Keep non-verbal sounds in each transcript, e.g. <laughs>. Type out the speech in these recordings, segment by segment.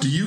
Do you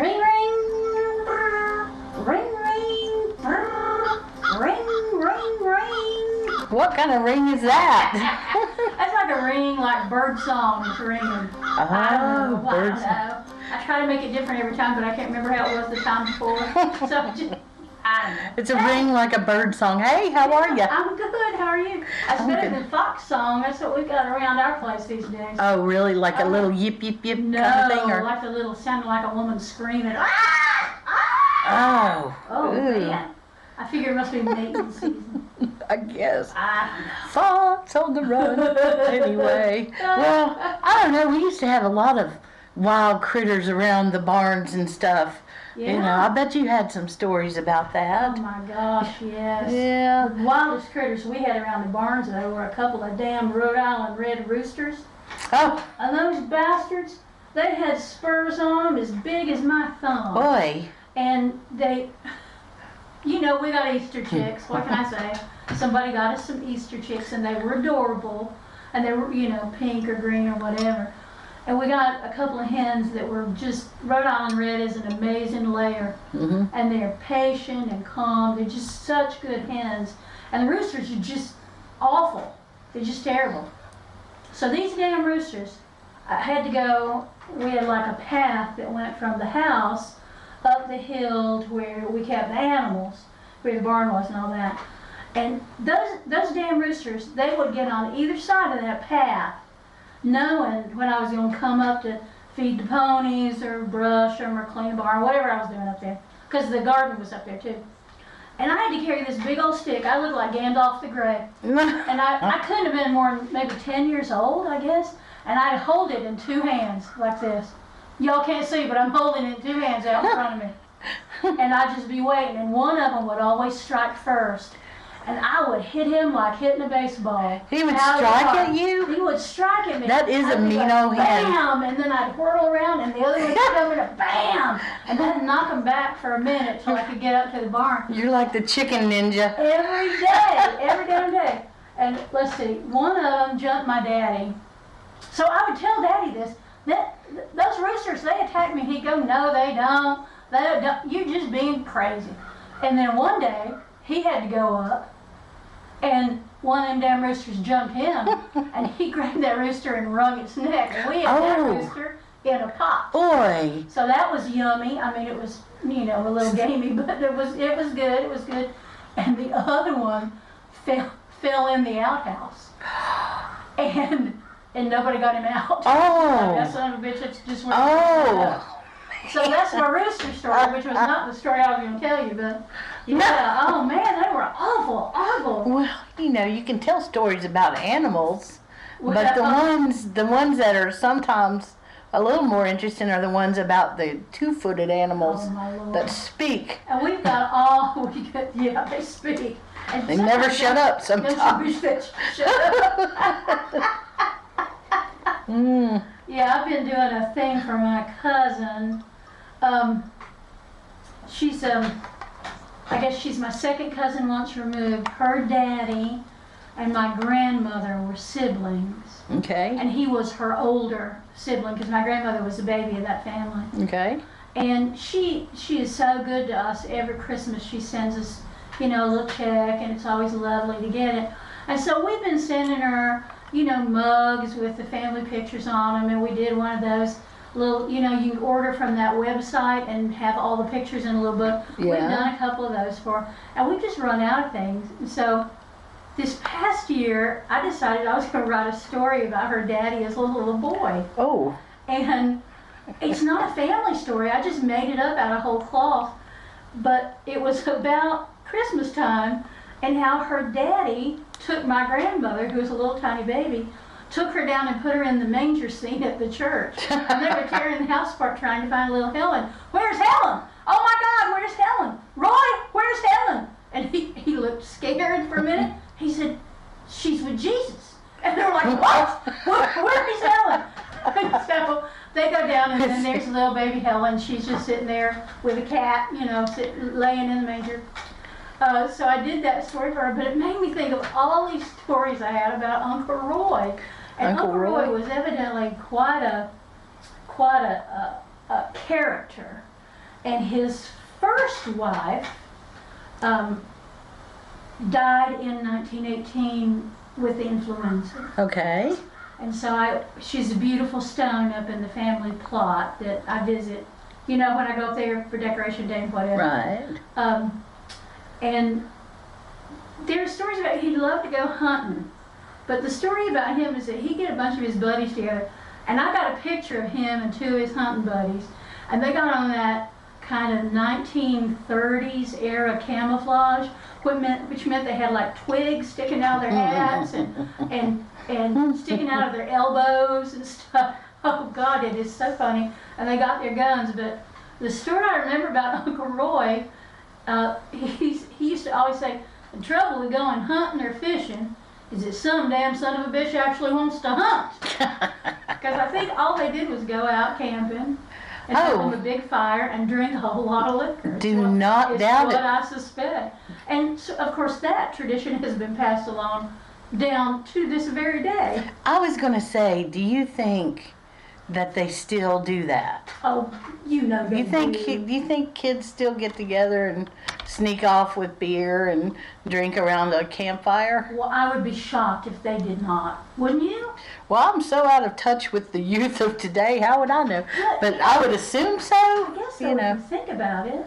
Ring ring brr. ring ring brr. ring ring ring. What kind of ring is that? That's like a ring, like bird song. It's ringing. I don't know Oh, why. bird I, don't know. I try to make it different every time, but I can't remember how it was the time before. So I just, I don't know. It's a ring like a bird song. Hey, how are you? I'm good. How are you? That's I'm better good. than fox song. That's what we got around our place these days. Oh, really? Like a little yip yip yip no, kind of thing, or like a little sounded like a woman screaming. Ah! Ah! oh, Oh ooh, man. I figure it must be mating season. I guess I don't know. thoughts on the run. <laughs> anyway, well, I don't know. We used to have a lot of wild critters around the barns and stuff. You know, Yeah. I bet you had some stories about Oh that. my gosh, yes. Yeah. The wildest critters we had around the barns though were a couple of damn Rhode Island red roosters. Oh And those bastards, they had spurs on them as big as my thumb. boy. <laughs> And they, you know, we got Easter chicks. What can I say? Somebody got us some Easter chicks, and they were adorable, and they were, you know, pink or green or whatever. And we got a couple of hens that were just Rhode Island Red is an amazing layer, Mhm. and they're patient and calm. They're just such good hens, and the roosters are just awful. They're just terrible. So these damn roosters, I had to go. We had like a path that went from the house up the hill to where we kept the animals, where the barn was and all that. And those those damn roosters, they would get on either side of that path, knowing when I was going to come up to feed the ponies or brush them or clean the barn, whatever I was doing up there, because the garden was up there too. And I had to carry this big old stick. I looked like Gandalf the Grey. And I, I couldn't have been more than maybe 10 years old, I guess. And I'd hold it in two hands like this. Y'all can't see, but I'm holding it in two hands out in front <laughs> of me. And I'd just be waiting. And one of them would always strike first. And I would hit him like hitting a baseball. He would Out of the strike park. at you? He would strike at me. That is a I'd be mean like, old hen. Bam! And then I'd whirl around, and the other <laughs> one would come over and bam! And I'd knock him back for a minute till I could get up to the barn You're like the chicken ninja. every day, every damn day. And let's see, one of them jumped my daddy. So I would tell daddy this. That th- those roosters, they attack me. He'd go, no, they don't. They don't. You're just being crazy. And then one day, he had to go up, and one of them damn roosters jumped him, and he <laughs> grabbed that rooster and wrung its neck. And we had Oh. that rooster in a pot. Boy. So that was yummy. I mean, it was you know a <laughs> little gamey, but it was it was good. It was good. And the <laughs> other one fell fell in the <gasps> outhouse, and and nobody got him out. Oh. <laughs> that son of a bitch that's just went. Oh. So that's my rooster story, which was not the story I was going to tell you, <laughs> but yeah. Oh man, they were awful, awful. Well, you know, you can tell stories about animals, but Well- the ones the ones that are sometimes a little more interesting are the ones about the two-footed animals Oh, my Lord. that speak. And we've got all <laughs> we could. Yeah, they speak. And They never sometimes shut they- up Don't you sometimes. wish that you shut up? Mm. Yeah, I've been doing a thing for my cousin. Um, she's um, I guess she's my second cousin once removed. Her daddy and my grandmother were siblings, Okay. and he was her older sibling because my grandmother was the baby of that family. Okay. And she she is so good to us. Every Christmas she sends us, you know, a little check, and it's always lovely to get it. And so we've been sending her, you know, mugs with the family pictures on them, and we did one of those little, you know, you order from that website and have all the pictures in a little book. We've Yeah. done a couple of those for, her, and we've just run out of things. And so this past year, I decided I was going to write a story about her daddy as a little boy Oh. and it's not a family story. I just made it up out of whole cloth, but it was about Christmas time and how her daddy took my grandmother, who was a little tiny baby, took her down and put her in the manger scene at the church. And they were tearing the house apart trying to find little Helen. Where's Helen? Oh my God, where's Helen? Roy, where's Helen? And he, he looked scared for a minute. He said, She's with Jesus. And they're like, What? Where, where is Helen? <laughs> And so they go down and then there's little baby Helen. She's just sitting there with a cat, you know, sit, laying in the manger. Uh, so I did that story for her, but it made me think of all these stories I had about Uncle Roy. And Uncle Uncle, Roy. Roy. was evidently quite a quite a, a, a character. And his first wife um, died in 1918 with influenza. Okay. And so I, she's a beautiful stone up in the family plot that I visit. You know, when I go up there for decoration day and whatever. Right. Um, and there are stories about he loved to go hunting, but the story about him is that he get a bunch of his buddies together, and I got a picture of him and two of his hunting buddies, and they got on that kind of 1930s era camouflage, which meant, which meant they had like twigs sticking out of their hats and and and sticking out of their elbows and stuff. <laughs> Oh God, it is so funny. And they got their guns, but the story I remember about <laughs> Uncle Roy uh, <laughs> he's, he used to always say, the trouble with going hunting or fishing is that some damn son of a bitch actually wants to <laughs> hunt. Because I think all they did was go out camping and Oh. have a big fire and drink a whole lot of liquor. is Do what- not is doubt what it. I suspect. And so, of course, that tradition has been passed along down to this very day. I was going to say, do you think that they still do that? Oh, you know Do they you think do. do you think kids still get together and sneak off with beer and drink around a campfire? Well, I would be shocked if they did not. Wouldn't you? Well, I'm so out of touch with the youth of today. How would I know? But I would assume so. I guess so you if know. you think about it.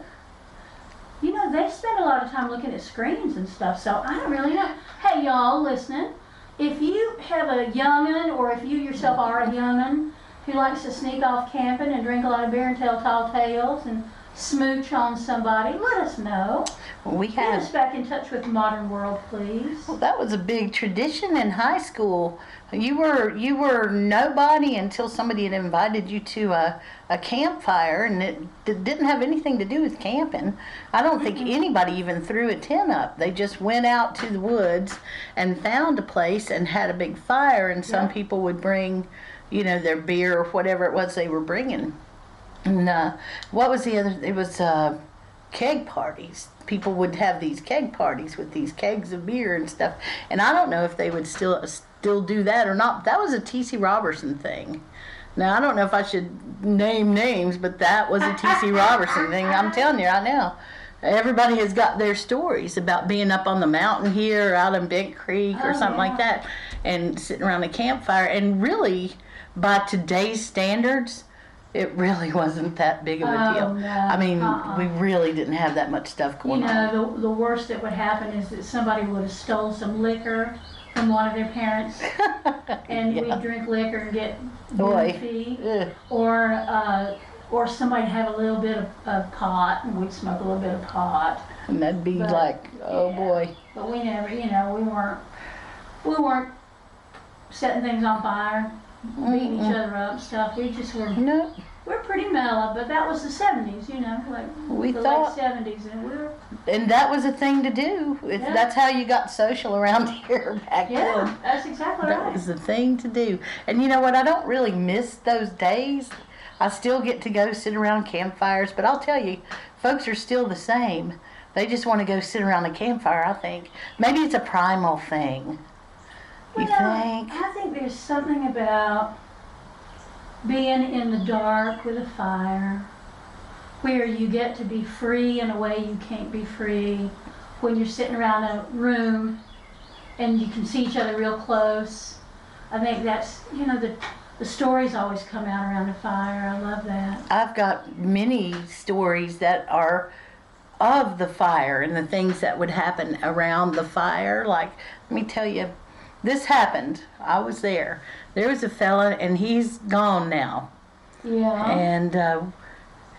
You know, they spend a lot of time looking at screens and stuff, so I don't really know. Hey, y'all, listening. If you have a young'un, or if you yourself are a young'un, who likes to sneak off camping and drink a lot of beer and tell tall tales and smooch on somebody, let us know. We Get had us back in touch with the modern world, please. Well, that was a big tradition in high school. You were you were nobody until somebody had invited you to a, a campfire, and it d- didn't have anything to do with camping. I don't think anybody even threw a tent up. They just went out to the woods and found a place and had a big fire. And some Yeah. people would bring, you know, their beer or whatever it was they were bringing. And uh, what was the other? It was uh, keg parties. People would have these keg parties with these kegs of beer and stuff. And I don't know if they would still uh, still do that or not. That was a T.C. Robertson thing. Now I don't know if I should name names, but that was a T.C. Robertson thing. I'm telling you right now. Everybody has got their stories about being up on the mountain here, or out in Big Creek, or Oh, something like yeah. that, and sitting around a campfire. And really, by today's standards, it really <laughs> wasn't that big of a Oh, deal. no. I mean, Uh-uh. we really didn't have that much stuff You going on. know, the, the worst that would happen is that somebody would have stole some liquor from one of their <laughs> parents. and Yeah. we drink liquor and get Boy. goofy, Ugh. or uh, or somebody have a little bit of, of pot, and we'd smoke a little bit of pot. and that'd be But, like, oh yeah. boy. But we never, you know, we weren't we weren't setting things on fire, beating each other up, stuff. We just were No, we're pretty mellow, but that was the '70s, you know, like we the thought, late '70s, and we were and that was a thing to do. It- Yeah. That's how you got social around <laughs> here back then. yeah, that's exactly That right. was the thing to do. And you know what? I don't really miss those days. I still get to go sit around campfires, but I'll tell you, folks are still the same. They just want to go sit around a campfire, I think. Maybe it's a primal thing. You Well, uh, think? um, I think there's something about being in the dark with a fire where you get to be free in a way you can't be free when you're sitting around a room and you can see each other real close. I think that's, you know, the, the stories always come out around a fire. I love that. I've got many stories that are of the fire and the things that would happen around the fire. Like, let me tell you, this happened. I was there. There was a fella, and he's gone now. Yeah. and uh,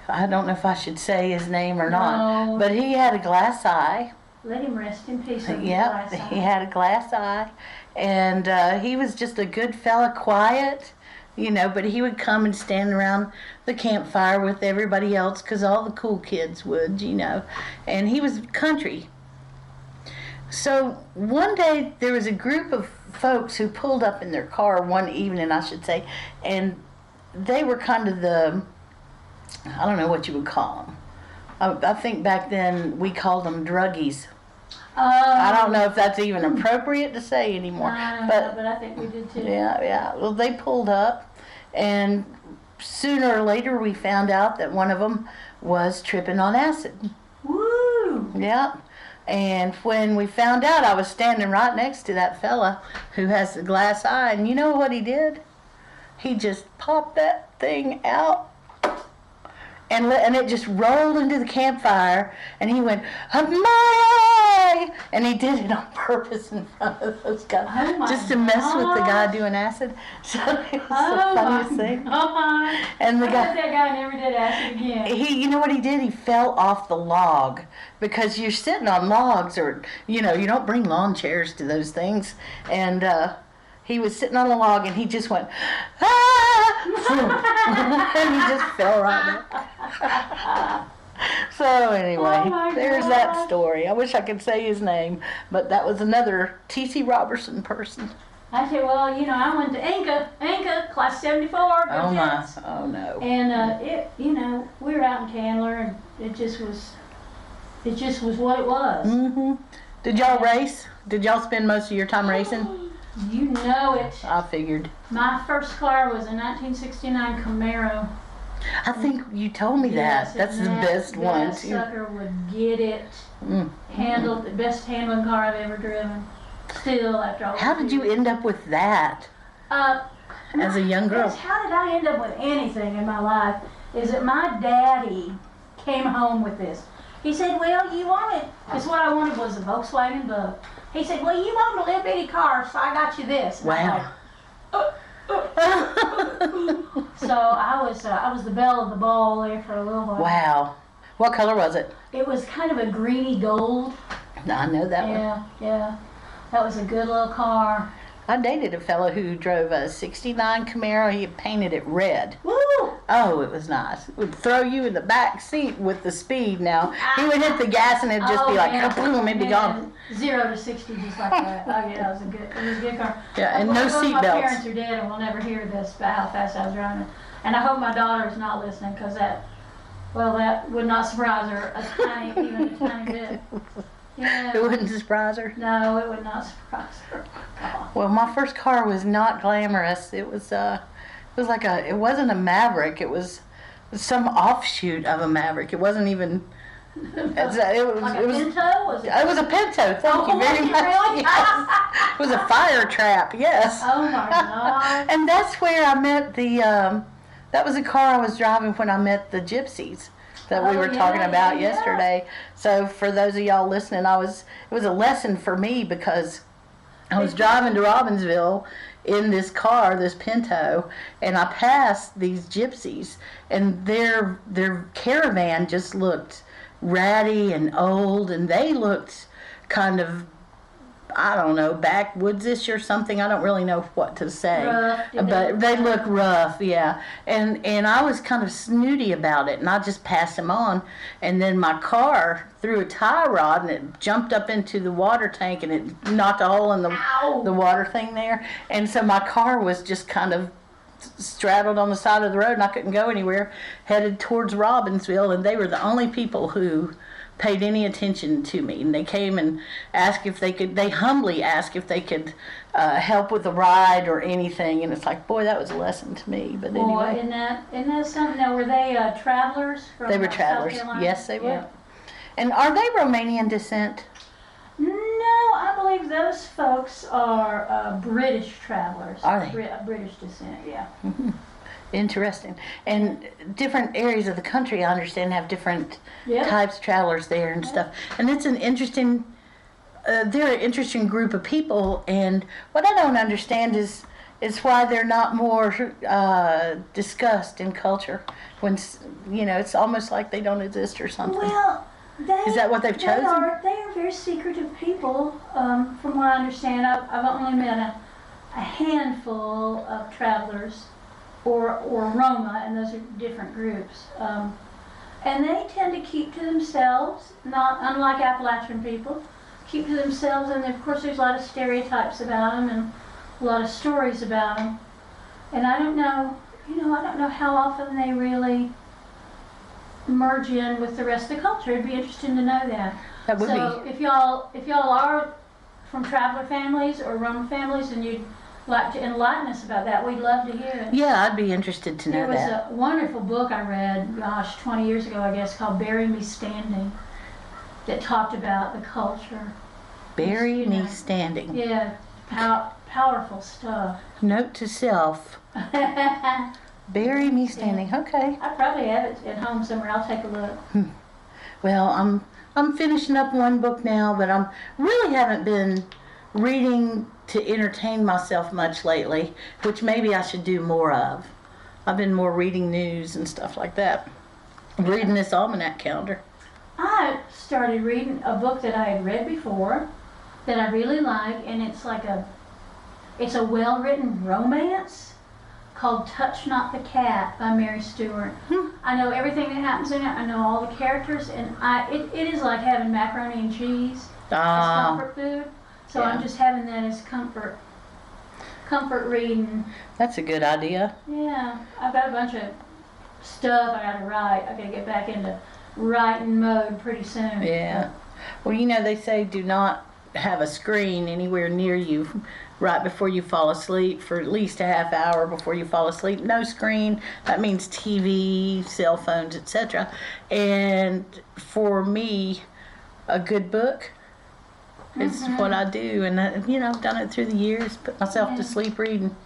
I don't know if I should say his name or not, No. but he had a glass eye. Let him rest in peace. over the Yep, glass he eye. had a glass eye, and uh, he was just a good fella, quiet, you know. But he would come and stand around the campfire with everybody else, 'cause all the cool kids would, you know. And he was country. So one day there was a group of folks who pulled up in their car one evening, I should say, and they were kind of the I don't know what you would call them. I, I think back then we called them druggies. <laughs> I don't know if that's even appropriate to say anymore, but, but but Um, Oh, I think we did too. yeah, yeah. Well, they pulled up, and sooner or later we found out that one of them was tripping on acid. Woo! Yep. And when we found out, I was standing right next to that fella who has the glass eye, and you know what he did? He just popped that thing out. And, let, and it just rolled into the campfire, and he went, "Ah, my! eye!" And he did it on <laughs> purpose in front of those guys, Oh my just to mess with the guy gosh. doing acid. <laughs> So it was Oh the funniest my <laughs> thing. God. And the I guy, bet that guy never did acid again. he you know what he did he fell off the log because you're sitting on logs or you know you don't bring lawn chairs to those things and uh he was sitting on a log and he just went ah! <laughs> and he just fell right back <laughs> so anyway Oh my there's that gosh. story i wish i could say his name but that was another tc robertson person I said, well, you know, I went to Inca, Inca, class 74. go oh my Jets." oh no And uh, it, you know, we were out in Candler, and it just was, it just was what it was. hmm did y'all race did y'all spend most of your time racing You know it. i figured My first car was a 1969 Camaro. I think you told me Yes, that. That's the and that- best one That too. sucker would get it Mm. handled. The best handling car I've ever driven. Still, after all. How did these you years. end up with that Uh, as a young That's girl? how did I end up with anything in my life? Is that my daddy came home with this. He said, Well, you wanted, because what I wanted was a Volkswagen Bug. He said, Well, you want a little bitty car, so I got you this. And I'm Wow. like, <laughs> So I was, uh, I was the belle of the ball there for a little while. wow. What color was it? It was kind of a greeny gold. I know that one. Yeah, yeah. That was a good little car. I dated a fellow who drove a 69 Camaro. He had painted it red. Woo! Oh, it was nice. It would throw you in the back seat with the speed now. He would hit the gas and it'd just be Oh, like, man. kaboom, it'd be gone. Man, Zero to 60, just like <laughs> that. oh, yeah, that was a good, it was a good car. Yeah, and I no hope My seatbelts. parents are dead and will never hear this about how fast I was driving. And I hope my daughter is not listening because that, well, that would not surprise her a tiny, even a tiny bit. <laughs> It Yeah. wouldn't surprise her. No, it would not surprise her. Well, my first car was not glamorous. It was uh, it was like a it wasn't a Maverick. It was some offshoot of a Maverick. It wasn't even. it's a- It was. Like It a was. pinto? Was it? It was a Pinto. Thank you very Oh, much. <laughs> really? Yes. It was a fire trap. Yes. Oh <laughs> my God. and that's where I met the. Um, that was the car I was driving when I met the gypsies that we Oh, were yeah, talking about yeah. yesterday. So for those of y'all listening, I was it was a lesson for me because I was driving to Robbinsville in this car, this Pinto, and I passed these gypsies, and their their caravan just looked ratty and old, and they looked kind of I don't know backwoodsish or something. I don't really know what to say, Uh, Rough, did but they- they look rough, yeah. And and I was kind of snooty about it, and I just passed them on, and then my car threw a tie rod and it jumped up into the water tank and it knocked a hole in the Ow. the water thing there, and so my car was just kind of straddled on the side of the road and I couldn't go anywhere, headed towards Robbinsville, and they were the only people who paid any attention to me. And they came and asked if they could, they humbly asked if they could uh, help with a ride or anything. And it's like, boy, that was a lesson to me. But Boy, anyway, isn't that, isn't that something? Now, were they uh, travelers from they were uh, South travelers. Carolina? Yes, they were. Yeah. And are they Romanian descent? No, I believe those folks are uh, British travelers. Are they? Brit- uh, British descent, yeah. Interesting. And different areas of the country, I understand, have different Yeah. types of travelers there and stuff. And it's an interesting, uh, they're an interesting group of people. And what I don't understand is is why they're not more uh, discussed in culture. When s- you know, it's almost like they don't exist or something. Well, They, Is that what they've chosen? They are, they are very secretive people, um, from what I understand. I've, I've only met a, a handful of travelers or, or Roma, and those are different groups. Um, and they tend to keep to themselves, not unlike Appalachian people, keep to themselves. And of course, there's a lot of stereotypes about them and a lot of stories about them. And I don't know, you know, I don't know how often they really merge in with the rest of the culture. It'd be interesting to know that. That would so if y'all if y'all are from traveler families or Roma families and you'd like to enlighten us about that, we'd love to hear it. be. Yeah, I'd be interested to know There was that. a wonderful book I read, gosh, 20 years ago, I guess, called Bury Me Standing, that talked about the culture. Bury you me know. standing. Yeah, pow- powerful stuff. Note to <laughs> self. I Bury me standing. Okay. probably have it at home somewhere. I'll take a look. Well, I'm I'm finishing up one book now, but I'm really haven't been reading to entertain myself much lately, which maybe I should do more of. I've been more reading news and stuff like that. Reading this almanac calendar. I started reading a book that I had read before that I really like, and it's like a it's a well-written romance called Touch Not the Cat by Mary Stewart. Hmm. I know everything that happens in it. I know all the characters, and I it, it is like having macaroni and cheese as Ah, comfort food. So yeah. I'm just having that as comfort comfort reading. that's a good idea. Yeah, I've got a bunch of stuff I gotta write. I gotta get back into writing mode pretty soon. Yeah. Well, you know they say do not have a screen anywhere near you right before you fall asleep for at least a half hour before you fall asleep. No screen. That means TV, cell phones, etc. And for me, a good book is Mm-hmm. what I do, and I, you know I've done it through the years. Put myself Yeah. to sleep reading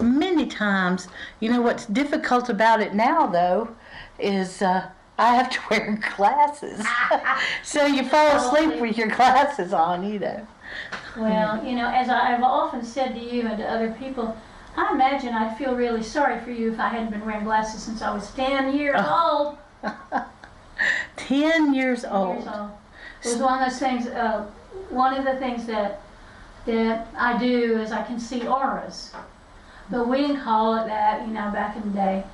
many times. You know what's difficult about it now though is uh, I have to <laughs> wear glasses, <laughs> so you fall Oh, asleep with your glasses on. You know. Well, you know, as I, I've often said to you and to other people, I imagine I'd feel really sorry for you if I hadn't been wearing glasses since I was 10 years old. Ten years old. Years old. It was one of those things, uh, one of the things that, that I do is I can see auras. But we didn't call it that, you know, back in the day.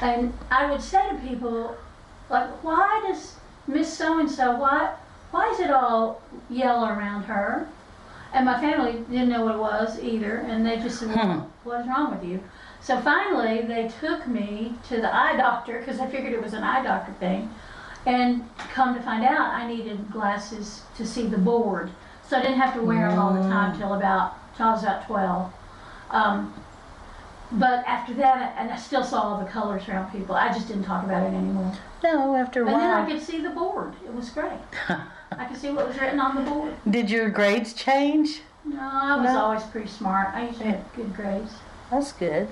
And I would say to people, like, why does Miss So and so, why, why is it all yellow around her? And my family didn't know what it was either, and they just said, Hmm. "What's wrong with you?" So finally, they took me to the eye doctor because I figured it was an eye doctor thing. And come to find out, I needed glasses to see the board, so I didn't have to wear them all the Mm. time till about till I was about twelve. Um, but after that, and I still saw all the colors around people. I just didn't talk about it anymore. No, after a And then I while. could see the board. It was great. <laughs> I could see what was written on the board. Did your grades change? No, I was No. always pretty smart. I usually had good grades. That's good.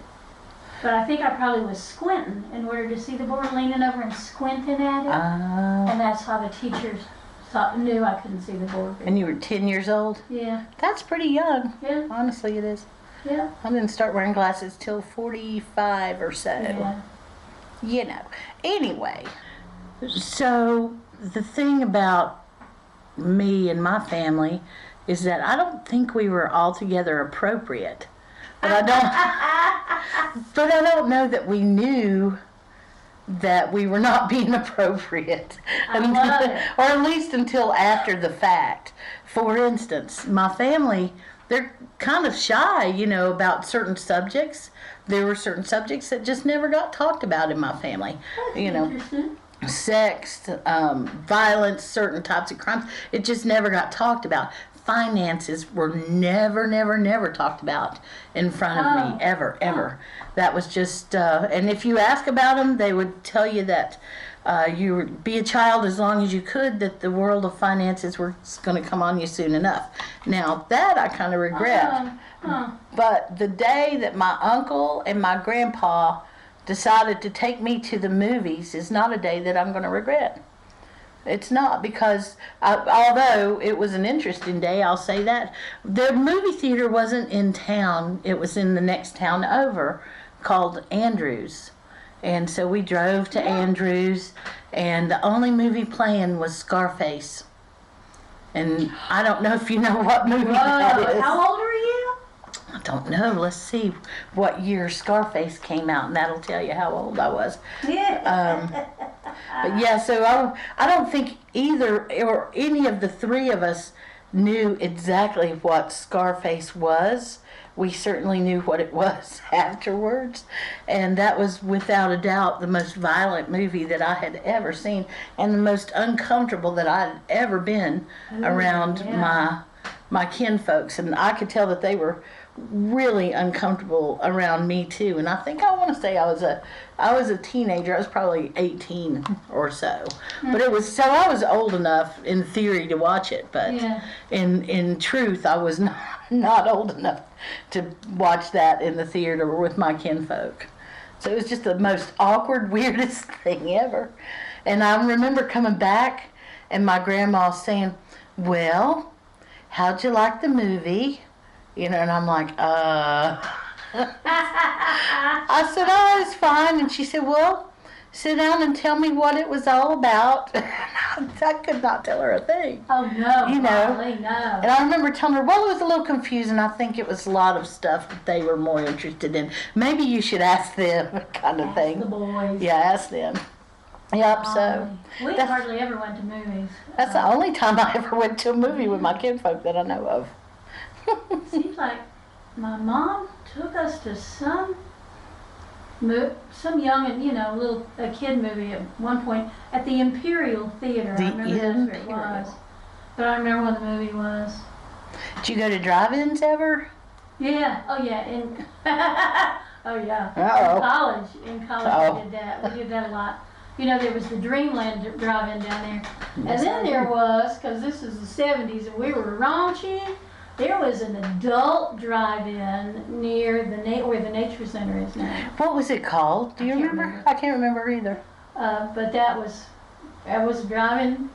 But I think I probably was squinting in order to see the board, leaning over and squinting at it. Ah. and that's how the teachers thought, knew I couldn't see the board. and you were ten years old. Yeah, That's pretty young. yeah, Honestly, it is. yeah, I didn't start wearing glasses till 45 or so. yeah. You know. Anyway, so the thing about me and my family is that I don't think we were altogether appropriate. But I <laughs> don't But I don't know that we knew that we were not being <laughs> appropriate. I love it. or at least until after the fact. For instance, my family, they're kind of shy, you know, about certain subjects. There were certain subjects that just never got talked about in my family. you know, Interesting. sex, um, violence, certain types of crimes. It just never got talked about. Finances were never, never, never talked about in front of Oh. me, ever, ever. That was just, uh, and if you ask about them, they would tell you that uh, you were- be a child as long as you could, that the world of finances was going to come on you soon enough. Now, that I kind of regret. Um, Mm-hmm. huh. But the day that my uncle and my grandpa decided to take me to the movies is not a day that I'm going to regret. It's not because, I, although it was an interesting day, I'll say that. The movie theater wasn't in town, it was in the next town over called Andrews. And so we drove to Andrews, and the only movie playing was Scarface. And I don't know if you know what movie that Whoa, is. how old are you? I don't know. Let's see what year Scarface came out, and that'll tell you how old I was. Yeah. But yeah, so I, I don't think either or any of the three of us knew exactly what Scarface was. We certainly knew what it was <laughs> afterwards, and that was without a doubt the most violent movie that I had ever seen, and the most uncomfortable that I had ever been around yeah. my my kin folks, and I could tell that they were really uncomfortable around me too. And I think I want to say I was a I was a teenager. I was probably 18 or so, but it was so I was old enough in theory to watch it, but Yeah. in in truth I was <laughs> not not old enough to watch that in the theater with my kinfolk. So it was just the most awkward, <laughs> weirdest thing ever. And I remember coming back and my grandma saying, Well, how'd you like the movie? You know, and I'm like, uh. I said, oh, it's fine. And she said, well, sit down and tell me what it was all about. <laughs> I could not tell her a thing. Oh, no, Uh, You know. golly, no. And I remember telling her, well, it was a little confusing. I think it was a lot of stuff that they were more interested in. Maybe you should ask them, <laughs> kind of The thing. boys. Yeah, ask them. Yep, so Golly. We that's- hardly ever went to movies. Um, that's the only time I ever went to a movie with my kinfolk that I know of. Seems like my mom took us to some mo- some young and you know little a kid movie at one point at the Imperial Theater. The I remember that's where it was, Imperial. but I don't remember what the movie was. Did you go to drive-ins ever? Yeah. Oh yeah. In <laughs> oh yeah. Uh-oh. In college. In college Uh-oh. we did that. We did that a lot. You know, there was the Dreamland d- drive-in down there, Yes, and then there was because this is the '70s and we were raunchy. There was an adult drive-in near the na- where the nature center is now. What was it called? Do you can't remember? remember. I can't remember either. Uh, but that was that was drive-in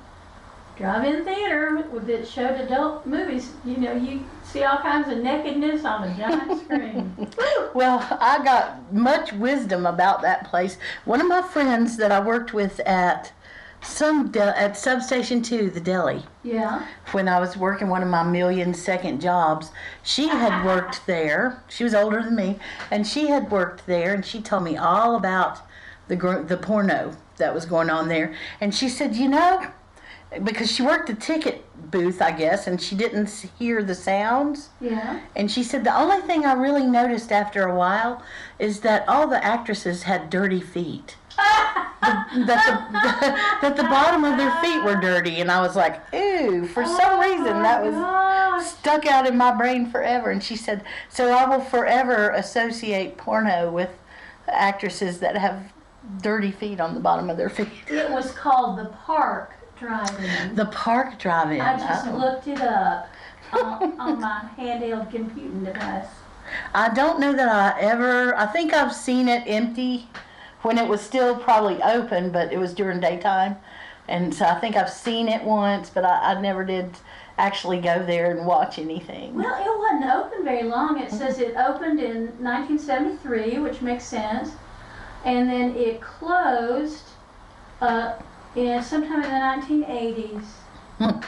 drive-in theater with- that showed adult movies. You know, you see all kinds of nakedness on a giant screen. <laughs> Woo! Well, I got much wisdom about that place. One of my friends that I worked with at some de- at substation 2, the deli, Yeah. when I was working one of my million second jobs, <laughs> she had worked there. She was older than me, and she had worked there, and she told me all about the gr- the porno that was going on there. And she said, you know, because she worked the ticket booth, I guess, and she didn't s- hear the sounds. Yeah. And she said the only thing I really noticed after a while is that all the actresses had dirty feet. The- that the <laughs> that the bottom of their feet were dirty, and I was like, ooh. For Oh some reason, that was was. stuck out in my brain forever. And she said, so I will forever associate porno with actresses that have dirty feet on the bottom of their feet. <laughs> It was called the Park Drive-In. The park drive-in. I just Oh. looked it up on, on my handheld computing device. I don't know that I ever. I think I've seen it empty when it was still probably open, but it was during daytime, and so I think I've seen it once, but I, I never did actually go there and watch anything. Well, it wasn't open very long. It says it opened in 1973, which makes sense, and then it closed uh, in sometime in the 1980s. Hmm.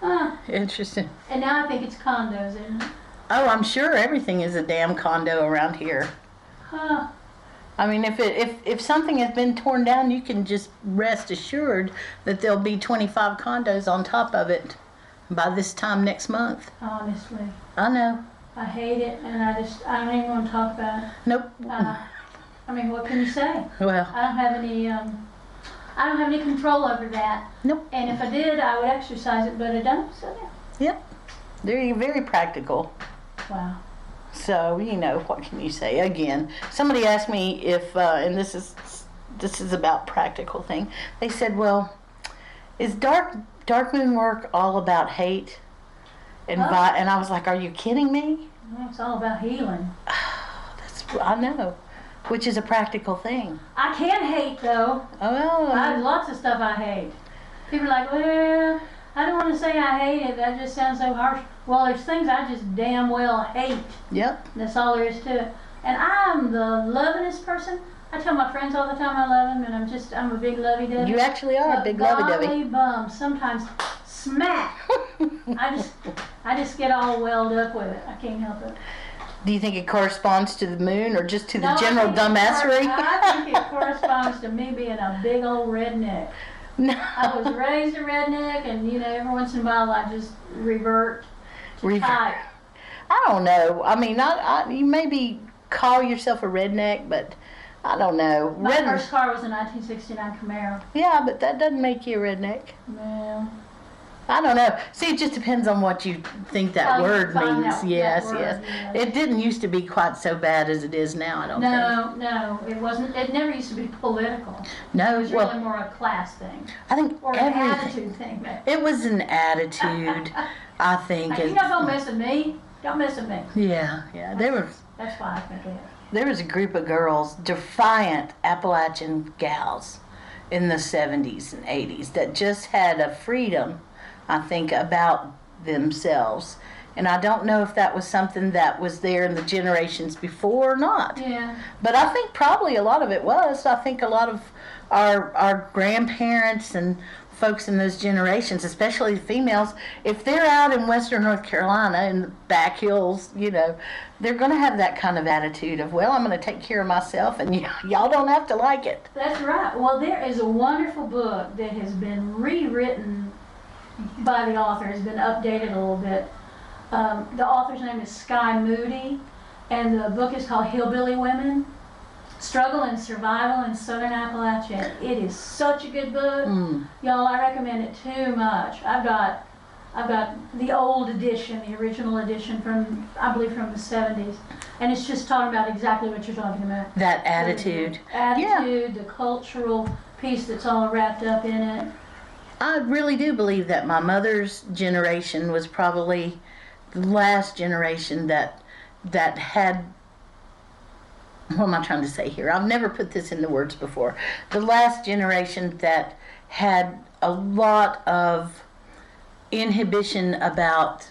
Huh. Interesting. and now I think it's condos, isn't it? Oh, I'm sure everything is a damn condo around here. Huh. I mean, if it, if if something has been torn down, you can just rest assured that there'll be 25 condos on top of it by this time next month. Honestly, I know. I hate it, and I just I don't even want to talk about it. Nope. Uh, I mean, what can you say? Well, I don't have any, um, I don't have any control over that. Nope. And if I did, I would exercise it, but I don't, so yeah. they're very practical. Wow. So you know what can you say? Again, somebody asked me if, uh, and this is this is about practical thing. They said, "Well, is dark dark moon work all about hate?" And Oh. vi- and I was like, "Are you kidding me?" Well, It's all about healing. That's I know, which is a practical thing. I can hate, though. Oh, well, I have lots of stuff I hate. People are like, well, I don't want to say I hate it. That just sounds so harsh. Well, there's things I just damn well hate. yep, That's all there is to it. And I'm the lovingest person. I tell my friends all the time I love them, and I'm just I'm a big lovey-dovey. You actually are a But big lovey-dovey. golly bum, sometimes smack. <laughs> I just I just get all welled up with it. I can't help it. Do you think it corresponds to the moon or just to the No, I general think it cor- dumbassery? I think it corresponds to me being a big old redneck. I was <laughs> no. raised a redneck, and you know, every once in a while I just revert to Revert. type. I don't know. I mean, I, I, you maybe call yourself a redneck, but I don't know. My Red- first car was a 1969 Camaro. yeah, but that doesn't make you a redneck. No. I don't know. See, it just depends on what you think that How you word define means. that- that yes, word, yes. yes. It didn't used to be quite so bad as it is now. I don't think. No, no, it wasn't. It never used to be political. It No. was well, really more a class thing I think or an everything. attitude thing. It was an attitude. <laughs> I think. Like, you and- know, don't mess with me. Don't mess with me. yeah, yeah. There was That's why I think it. there was a group of girls, defiant Appalachian gals, in the '70s and '80s that just had a freedom, I think, about themselves. And I don't know if that was something that was there in the generations before or not. Yeah. But I think probably a lot of it was. I think a lot of our our grandparents and folks in those generations, especially the females, if they're out in western North Carolina in the back hills, you know, they're going to have that kind of attitude of, well, I'm going to take care of myself and <laughs> y- y'all don't have to like it. That's right. Well, there is a wonderful book that has been rewritten by the author, has been updated a little bit. Um, the author's name is Sky Moody, and the book is called Hillbilly Women Struggle and Survival in Southern Appalachia. It is such a good book. Y'all, I recommend it too much. I've got I've got the old edition, the original edition from I believe from the 70s, and it's just talking about exactly what you're talking about That Mm-hmm. attitude. attitude, the cultural piece that's all wrapped up in it. I really do believe that my mother's generation was probably the last generation that that had what am I trying to say here? I've never put this into words before. The last generation that had a lot of inhibition about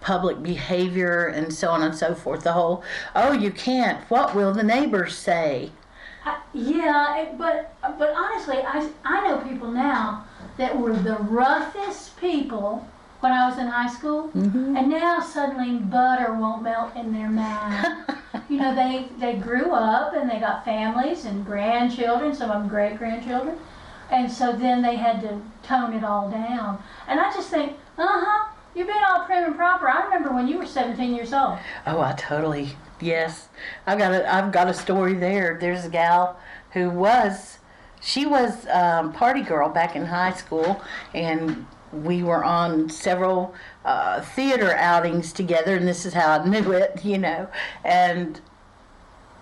public behavior and so on and so forth. The whole, oh, you can't, what will the neighbors say? I, yeah, it, but but honestly, I I know people now that were the roughest people when I was in high school, Mm-hmm. and now suddenly butter won't melt in their <laughs> mouth. you know, they they grew up and they got families and grandchildren. Some of them great grandchildren. And so then they had to tone it all down. And I just think, uh huh, you've been all prim and proper. I remember when you were 17 years old. Oh, I totally yes. I've got a I've got a story there. There's a gal who was she was um, party girl back in high school, and we were on several uh, theater outings together. And this is how I knew it, <laughs> you know. And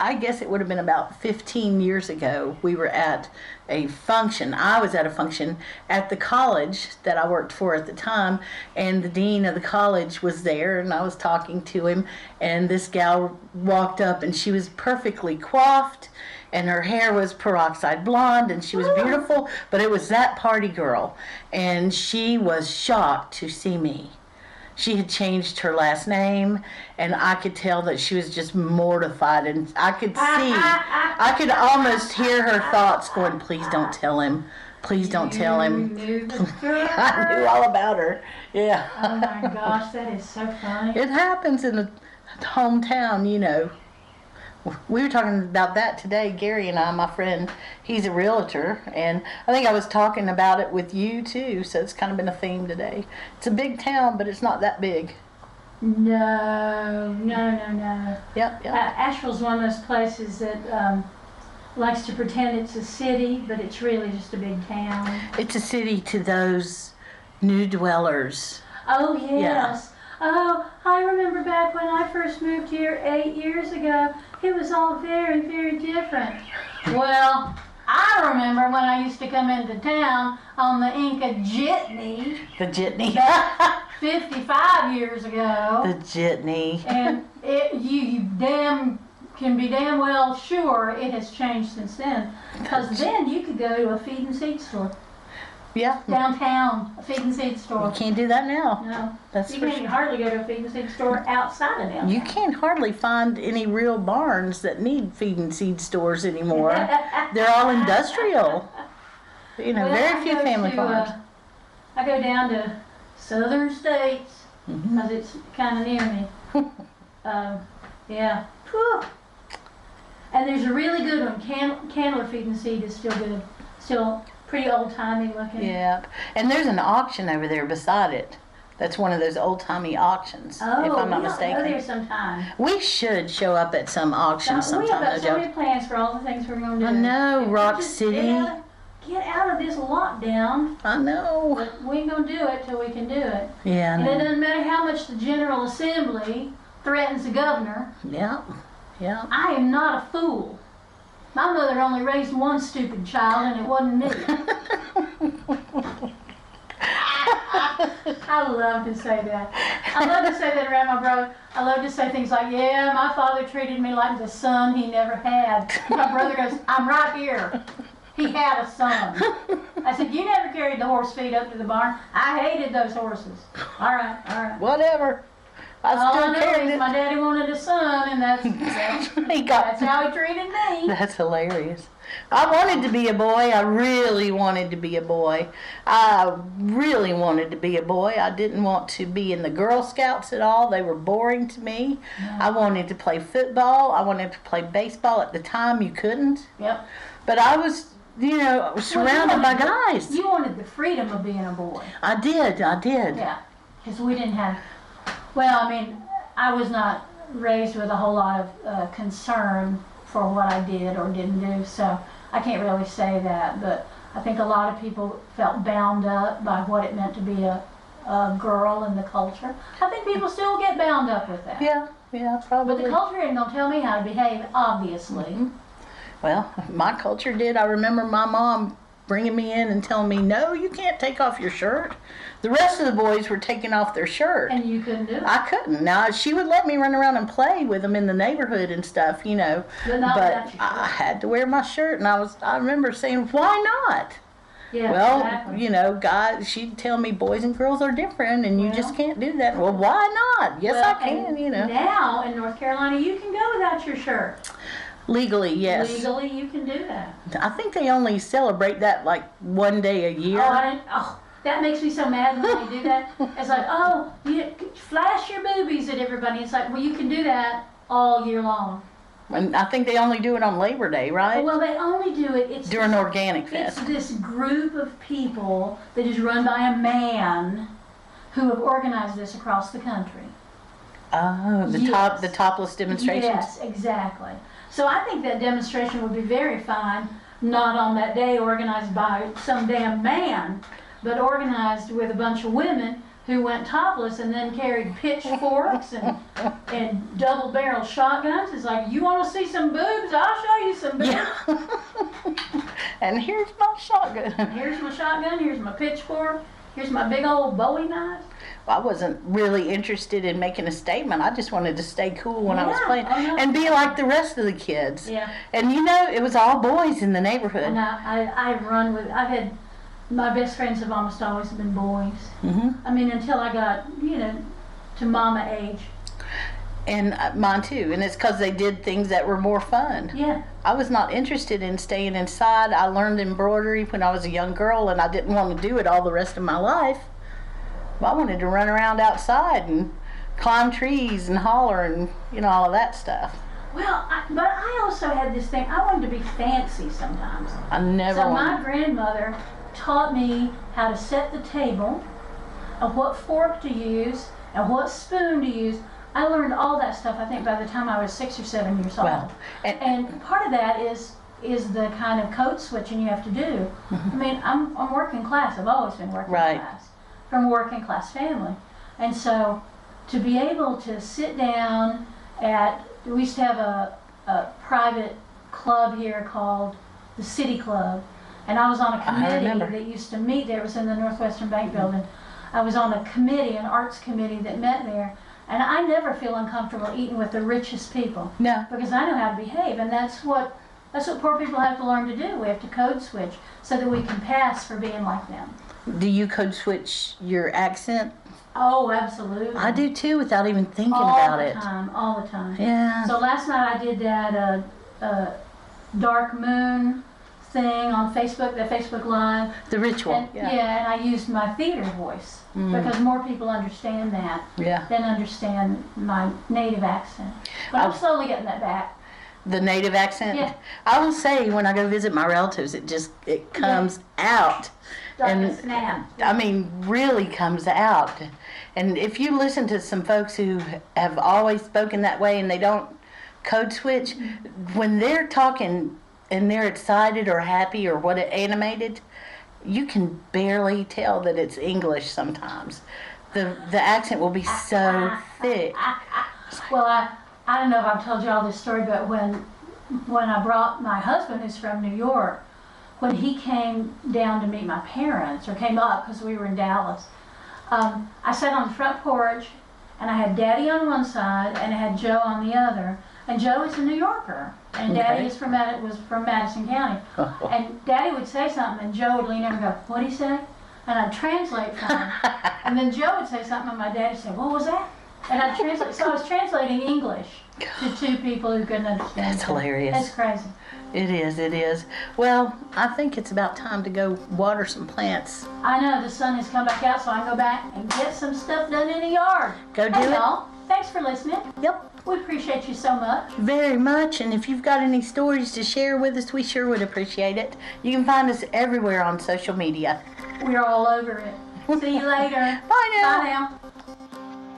I guess it would have been about 15 years ago. We were at a function. I was at a function at the college that I worked for at the time, and the dean of the college was there, and I was talking to him. And this gal walked up, and she was perfectly coiffed, and her hair was peroxide blonde, and she was beautiful, but it was that party girl. And she was shocked to see me she had changed her last name and i could tell that she was just mortified and i could see i could almost hear her thoughts going please don't tell him please don't tell him You knew the i knew truth. all about her Oh yeah my gosh, that is so funny. it happens in the hometown you know we were talking about that today gary and i my friend he's a realtor and i think i was talking about it with you too so it's kind of been a theme today it's a big town but it's not that big No, no, no, no. yep Uh, yep Asheville's one of those places that um, likes to pretend it's a city, but it's really just a big town. It's a city to those new dwellers. Oh, yes. Oh, I remember back when I first moved here eight years ago, it was all very, very different. Well, I remember when I used to come into town on the Inca Jitney The jitney. back 55 years ago. <laughs> the jitney. and it, you, you damn can be damn well sure it has changed since then. Because then you could go to a feed and seed store. Yeah. You downtown, a feed and seed store. can't do that now. No, That's you for can sure. hardly go to a feed and seed store outside of downtown. You can't hardly find any real barns that need feed and seed <laughs> stores anymore. They're all industrial. You know, Well, very I few go family to, farms. uh, I go down to southern states Mhm. because it's kind of near <laughs> me. um, yeah. Whew. And there's a really good one. Can- Candler Feed and Seed is still good. Still pretty old timey looking. Yep. And there's an auction over there beside it. That's one of those old timey auctions, Oh, if I'm not we ought to go mistaken. there sometime. We should show up at some Uh, we auction have sometime, got no so joke. many plans for all the things we're going to do. I know, If we Rock just City. Get out, of, get out of this lockdown. I know. But we ain't going to do it till we can do it. Yeah, I And it know. doesn't matter how much the General Assembly threatens the governor. Yep. Yep. I am not a fool. My mother only raised one stupid child, and it wasn't me. I love to say that. I love to say that around my brother. I love to say things like, "Yeah, my father treated me like the son he never had." My brother goes, "I'm right here. He had a son." I said, "You never carried the horse feed up to the barn. I hated those horses." All right, all right. Whatever. I All I still know carried is it. my daddy wanted a son, and that's <laughs> that's, He <laughs> got- that's how he treated me. That's hilarious. I wanted to be a boy. I really wanted to be a boy. I really wanted to be a boy. I didn't want to be in the Girl Scouts at all. They were boring to me. I wanted to play football. I wanted to play baseball. At the time, you couldn't. Yep. But I was, you know, surrounded by guys. You wanted the freedom of being a boy. I did. I did. Yeah. Because we didn't have. Well, I mean, I was not raised with a whole lot of uh, concern for what I did or didn't do, so I can't really say that. But I think a lot of people felt bound up by what it meant to be a, a girl in the culture. I think people still get bound up with that. Yeah. But Yeah, the probably. culture ain't gonna tell me how to behave, obviously. Mm-hmm. Well, <laughs> my culture did. I remember my mom bringing me in and telling me, "No, you can't take off your shirt." The rest of the boys were taking off their shirt. And you couldn't do it. I couldn't. Now she would let me run around and play with them in the neighborhood and stuff, you know. But not but without your I had to wear my shirt, and I was. I remember saying, "Why not?" Yeah, well, exactly. you know, God, she'd tell me boys and girls are different, and you Well. just can't do that. Well, why not? Yes, Well, I can. and You know, Now in North Carolina, you can go without your shirt. legally, yes. Legally, you can do that. I think they only celebrate that like one day a year. Oh, I didn't, oh, that makes me so mad when they do that. It's like, oh, you flash your boobies at everybody. It's like, well, you can do that all year long. and I think they only do it on Labor Day, right? Well, they only do it. It's During Organic It's Fest. this group of people that is run by a man who have organized this across the country. Oh, the top, Yes. the topless demonstrations. Yes, exactly. So I think that demonstration would be very fine, not on that day organized by some damn man, but organized with a bunch of women who went topless and then carried pitchforks and, and double barrel shotguns. It's like, you want to see some boobs? I'll show you some boobs. Yeah. <laughs> and here's my shotgun. Here's my shotgun, here's my pitchfork, here's my big old bowie knife. I wasn't really interested in making a statement. I just wanted to stay cool when I was Yeah, playing I know. and be like the rest of the kids. Yeah. And you know, it was all boys in the And neighborhood. I, I, I run with, I've had, my best friends have almost always been boys. hmm I mean, until I got, you know, to mama age. And uh, mine too. And it's because they did things that were more fun. Yeah. I was not interested in staying inside. I learned embroidery when I was a young girl, and I didn't want to do it all the rest of my life. But I wanted to run around outside and climb trees and holler and you know all of that stuff. Well, I, but I also had this thing. I wanted to be fancy sometimes. I never So my wanted. grandmother taught me how to set the table, and what fork to use, and what spoon to use. I learned all that stuff. I think by the time I was six or seven years old. Wow. And- and part of that is is the kind of code switching you have to do. I mean, I'm, I'm working class. I've always been working Mm-hmm. Right. class from a working class family, and so to be able to sit down at we used to have a, a private club here called the City Club, and I was on a committee remember. Mm-hmm. that used to meet there. It was in the Northwestern Bank Building. I was on a committee, an arts committee that met there, and I never feel uncomfortable eating with the richest people No. because I know how to behave, and that's what That's what poor people have to learn to do. We have to code switch so that we can pass for being like them. Do you code switch your accent? Oh, absolutely. I do too without even thinking all about the it. time, all the time. Yeah. So last night I did that uh, uh, dark moon thing on Facebook, that Facebook Live. the ritual. And, yeah. and I used my theater voice because more people understand that Mm. Yeah. than understand my native accent. But I'm Oh. slowly getting that back. The native accent. Yeah. I will say when I go visit my relatives, it just it comes out. Starting And- to snap. I mean, really comes out. And if you listen to some folks who have always spoken that way and they don't code switch, when they're talking and they're excited or happy or what animated, you can barely tell that it's English sometimes. The the accent will be so thick. Well, I, I don't know if I've told you all this story, but when when I brought my husband, who's from New York, when he came down to meet my parents or came up because we were in Dallas, um, I sat on the front porch and I had Daddy on one side and I had Joe on the other. And Joe is a New Yorker, and Daddy Okay. is from Mad- was from Madison County. and Daddy would say something, and Joe would lean over and go, "What'd he say?" And I'd translate for him. and then Joe would say something, and my dad would say, "What was that?" And I translate. so I was translating English to two people who couldn't understand. That's each other. hilarious. That's crazy. It is, it is. Well, I think it's about time to go water some plants. I know the sun has come back out, so I can go back and get some stuff done in the yard. Go do hey, it. y'all. Thanks for listening. Yep. We appreciate you so much. very much. And if you've got any stories to share with us, we sure would appreciate it. You can find us everywhere on social media. We're all over it. See you later. <laughs> Bye now. Bye now.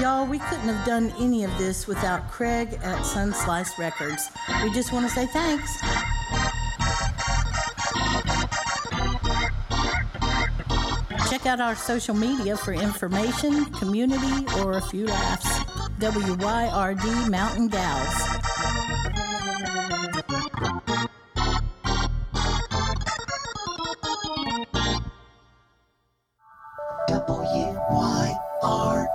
Y'all, we couldn't have done any of this without Craig at Sunslice Records. We just want to say thanks. Check out our social media for information, community, or a few laughs. WYRD Mountain Gals. W Y R